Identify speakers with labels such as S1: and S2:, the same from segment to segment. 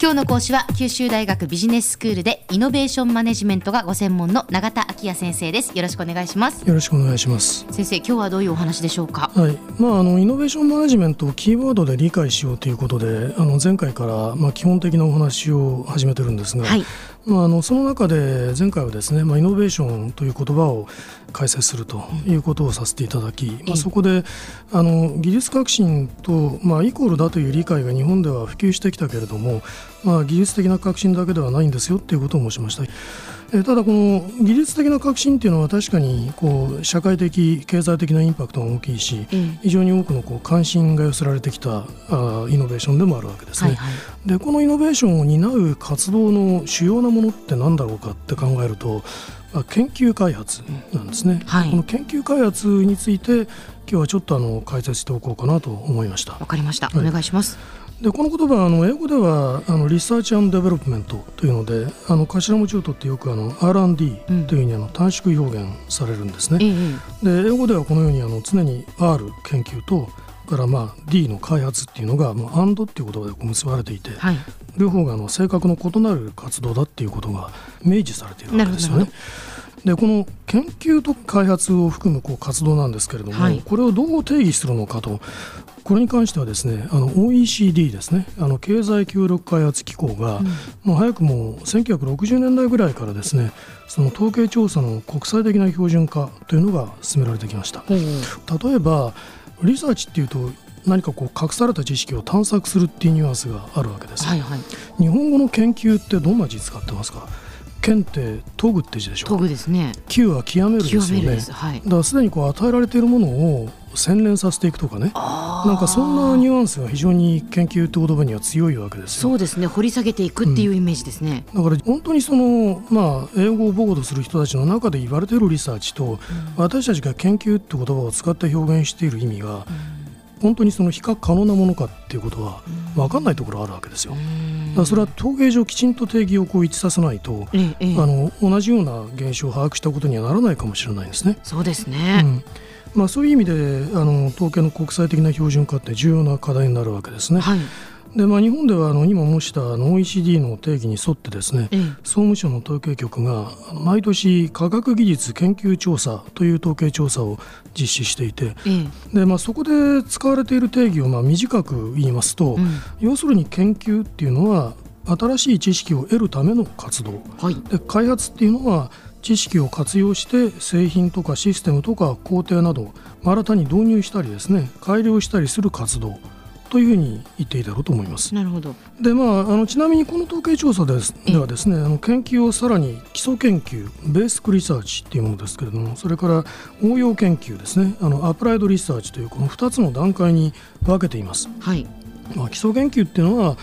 S1: 今日の講師は九州大学ビジネススクールでイノベーションマネジメントがご専門の永田昭也先生ですよろしくお願いします
S2: よろしくお願いします
S1: 先生今日はどういうお話でしょうか
S2: はいまあ、あのイノベーションマネジメントをキーワードで理解しようということであの前回から、まあ、基本的なお話を始めてるんですが、
S1: はい
S2: まあ、あのその中で前回はですね、まあ、イノベーションという言葉を解説するということをさせていただき、まあ、そこであの技術革新と、まあ、イコールだという理解が日本では普及してきたけれども、まあ、技術的な革新だけではないんですよということを申しました。えーただこの技術的な革新というのは確かにこう社会的経済的なインパクトが大きいし、
S1: ええ
S2: 非常に多くのこう関心が寄せられてきたあーイノベーションでもあるわけですね。
S1: はいはい
S2: でこのイノベーションを担う活動の主要なものって何だろうかって考えると、まあ、研究開発なんですね、
S1: はい
S2: この研究開発について今日はちょっとあの解説しておこうかなと思いました
S1: わかりました、
S2: はい
S1: お願いします
S2: でこの言葉はあの英語ではあのリサーチデベロップメントというのであの頭文字を取ってよくあの R&D というふうにあの短縮表現されるんです
S1: え
S2: ね、
S1: ええ
S2: で英語ではこのようにあの常に R 研究とそれからまあ D の開発っていうのがもう and っていう言葉でこう結ばれていて、
S1: えはい
S2: 両方があの性格の異なる活動だっていうことが明示されているわけですよ
S1: なる
S2: ね。でこの研究と開発を含むこう活動なんですけれども、
S1: はい
S2: これをどう定義するのかとこれに関してはですねあの OECD ですねあの経済協力開発機構が、もう早くも1960年代ぐらいからですねその統計調査の国際的な標準化というのが進められてきました。
S1: ほう
S2: 例えばリサーチっていうと何かこう隠された知識を探索するっていうニュアンスがあるわけですよ、
S1: はいはい
S2: 日本語の研究ってどんな字使ってますか研って研ぐって字でしょ
S1: 研ぐですね
S2: 究は極めるですよ
S1: 極めるで
S2: ね
S1: すはい
S2: だからすでにこう与えられているものを洗練させていくとかねなんかそんなニュアンスが非常に研究って言葉には強いわけですよ
S1: そうですね掘り下げていくっていうイメージですね、
S2: だから本当にその、まあ、英語を母語とする人たちの中で言われているリサーチと、私たちが研究って言葉を使って表現している意味が、本当にその比較可能なものかっていうことは分かんないところがあるわけですよ。だからそれは統計上きちんと定義をこう一致させないと、
S1: ええええ
S2: あの同じような現象を把握したことにはならないかもしれないですね。
S1: そうです
S2: う
S1: ね、
S2: んまあ、そういう意味であの統計の国際的な標準化って重要な課題になるわけですね。
S1: はい
S2: でまあ、日本ではあの今申したあの OECD の定義に沿ってですね、
S1: ええ
S2: 総務省の統計局があの毎年科学技術研究調査という統計調査を実施していて
S1: ええ
S2: で、まあ、そこで使われている定義をまあ短く言いますと、
S1: うん
S2: 要するに研究っていうのは新しい知識を得るための活動
S1: はい
S2: で開発っていうのは知識を活用して製品とかシステムとか工程などまあ新たに導入したりですね改良したりする活動というふうに言っていいだろうと思います。
S1: なるほど
S2: でまあ、あのちなみにこの統計調査です
S1: ええ
S2: ではですねあの研究をさらに基礎研究ベーシックリサーチっていうものですけれどもそれから応用研究ですねあのアプライドリサーチというこの2つの段階に分けています、
S1: はい
S2: まあ、基礎研究っていうのは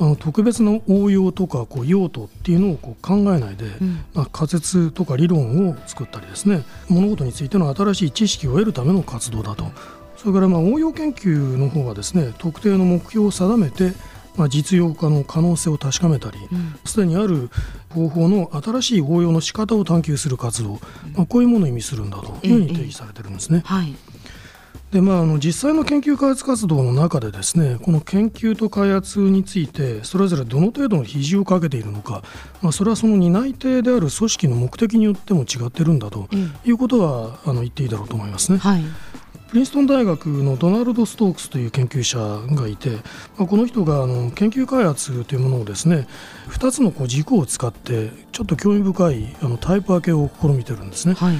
S2: あの特別な応用とかこう用途っていうのをこう考えないで、
S1: ん
S2: まあ、仮説とか理論を作ったりですね物事についての新しい知識を得るための活動だとそれからまあ応用研究の方はですね特定の目標を定めて、まあ、実用化の可能性を確かめたりすで、にある方法の新しい応用の仕方を探求する活動、まあ、こういうものを意味するんだというふうに定義されてるんですね。
S1: はい
S2: でまあ、あの実際の研究開発活動の中でですねこの研究と開発についてそれぞれどの程度の比重をかけているのか、まあ、それはその担い手である組織の目的によっても違ってるんだと
S1: うん
S2: いうことはあの言っていいだろうと思いますね。
S1: はい
S2: プリンストン大学のドナルド・ストークスという研究者がいて、まあ、この人があの研究開発というものをですね2つのこう軸を使ってちょっと興味深いあのタイプ分けを試みてるんですね。
S1: はい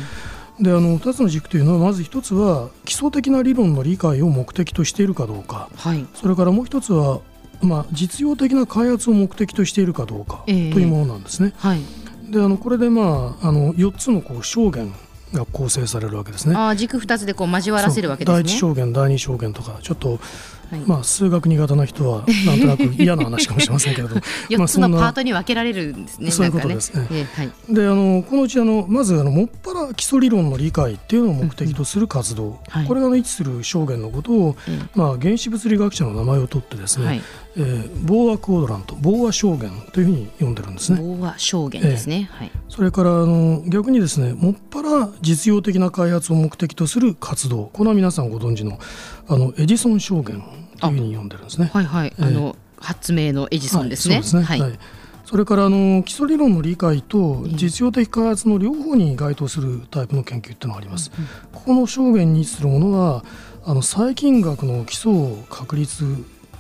S2: であの2つの軸というのはまず1つは基礎的な理論の理解を目的としているかどうか
S1: はい
S2: それからもう1つは、まあ、実用的な開発を目的としているかどうかと
S1: ええ
S2: いうものなんですね。
S1: はい
S2: であのこれで、まあ、あの4つのこう証言が構成されるわけですね。
S1: ああ軸二つでこう交わらせるわけで
S2: そう
S1: す
S2: 第
S1: ね
S2: 一証言第二証言とかちょっと、
S1: はい
S2: まあ、数学苦手な人はなんとなく嫌な話かもしれませんけれどま
S1: 四
S2: あ
S1: つ
S2: そ
S1: の
S2: んな
S1: パートに分けられるんですね。
S2: そういう
S1: なんか
S2: ことですね
S1: ええはい。
S2: であのこのうちあのまずあのもっぱら基礎理論の理解っていうのを目的とする活動、
S1: はい
S2: これがあの位置する証言のことを、
S1: うん
S2: まあ、原子物理学者の名前を取ってですね、
S1: はい
S2: えーボーアクオドラントボーア証言というふうに呼んでるんですね。
S1: 棒は証言ですね。はい。
S2: それからあの逆にですねもっぱら実用的な開発を目的とする活動これは皆さんご存知のあのエジソン証言というふうに呼んでるんですね。
S1: はいはい。あの発明のエジソンですね。
S2: はい、そうですね、はい、それからあの基礎理論の理解と実用的開発の両方に該当するタイプの研究っていうのがあります。うんうん、ここの証言に位置するものはあの細菌学の基礎を確立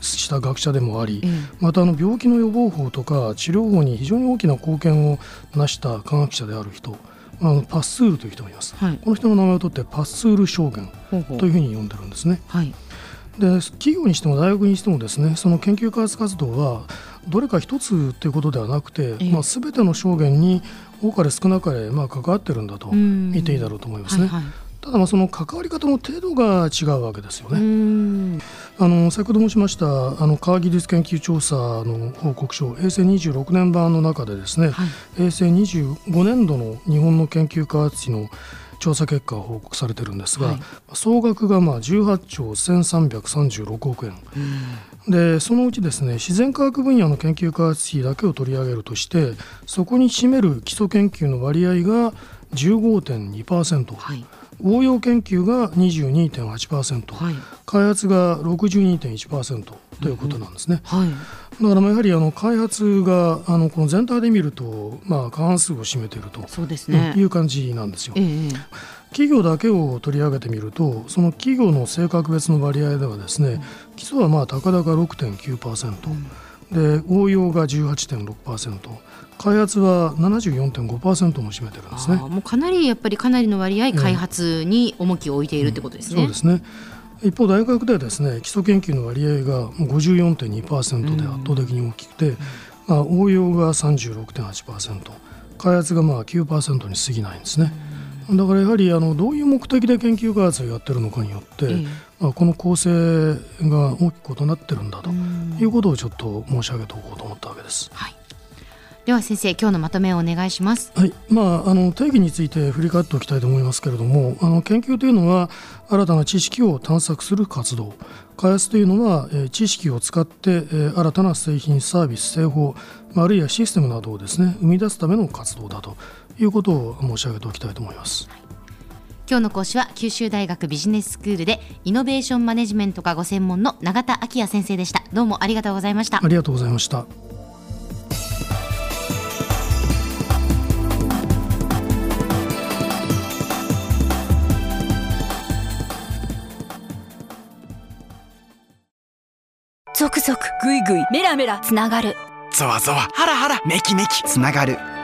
S2: した学者でもあり、またあの病気の予防法とか治療法に非常に大きな貢献を成した科学者である人あのパッスールという人がいます、はい、この人の名前を取ってパッスール証言というふうに呼んでるんですね。ほうほうはいで企業にしても大学にしてもですねその研究開発活動はどれか一つということではなくて、えー、まあ、全ての証言に多かれ少なかれまあ関わってるんだと見ていいだろうと思いますね。はいはい、ただまあその関わり方の程度が違うわけですよね。あの先ほど申しましたあの科学技術研究調査の報告書平成26年版の中でですね、はい、平成25年度の日本の研究開発費の調査結果が報告されてるんですが、はい、総額がまあ18兆1336億円、うん、でそのうちですね自然科学分野の研究開発費だけを取り上げるとしてそこに占める基礎研究の割合が15.2%、はい、応用研究が22.8%、はい、開発が62.1%ということなんですね。うん、はいだからやはりあの開発があのこの全体で見ると、まあ、過半数を占めているとそうです、ね、いう感じなんですよ。ええ、企業だけを取り上げてみるとその企業の性格別の割合ではですね、うん、基礎はまあ高々6.9%、うん、で応用が18.6%開発は74.5%も占めてるんですね
S1: もうかなりやっぱりかなりの割合開発に重きを置いているってことですね。
S2: えうん、そうですね一方大学ではですね基礎研究の割合が54.2%で圧倒的に大きくて、まあ、応用が36.8%開発がまあ9%に過ぎないんですね。だからやはりあのどういう目的で研究開発をやってるのかによって、うん、まあ、この構成が大きく異なってるんだということをちょっと申し上げておこうと思ったわけです。
S1: はいでは先生今日のまとめをお願いします。
S2: はい、まああの定義について振り返っておきたいと思いますけれども、あの研究というのは新たな知識を探索する活動、開発というのは、えー、知識を使って、えー、新たな製品サービス製法、まあ、あるいはシステムなどをですね生み出すための活動だということを申し上げておきたいと思います。はい
S1: 今日の講師は九州大学ビジネススクールでイノベーションマネジメントがご専門の永田昭也先生でしたどうもありがとうございました
S2: ありがとうございました
S3: ゾクゾクグイグイメラメラつながる
S4: ゾワゾワハラハラメキメキつながる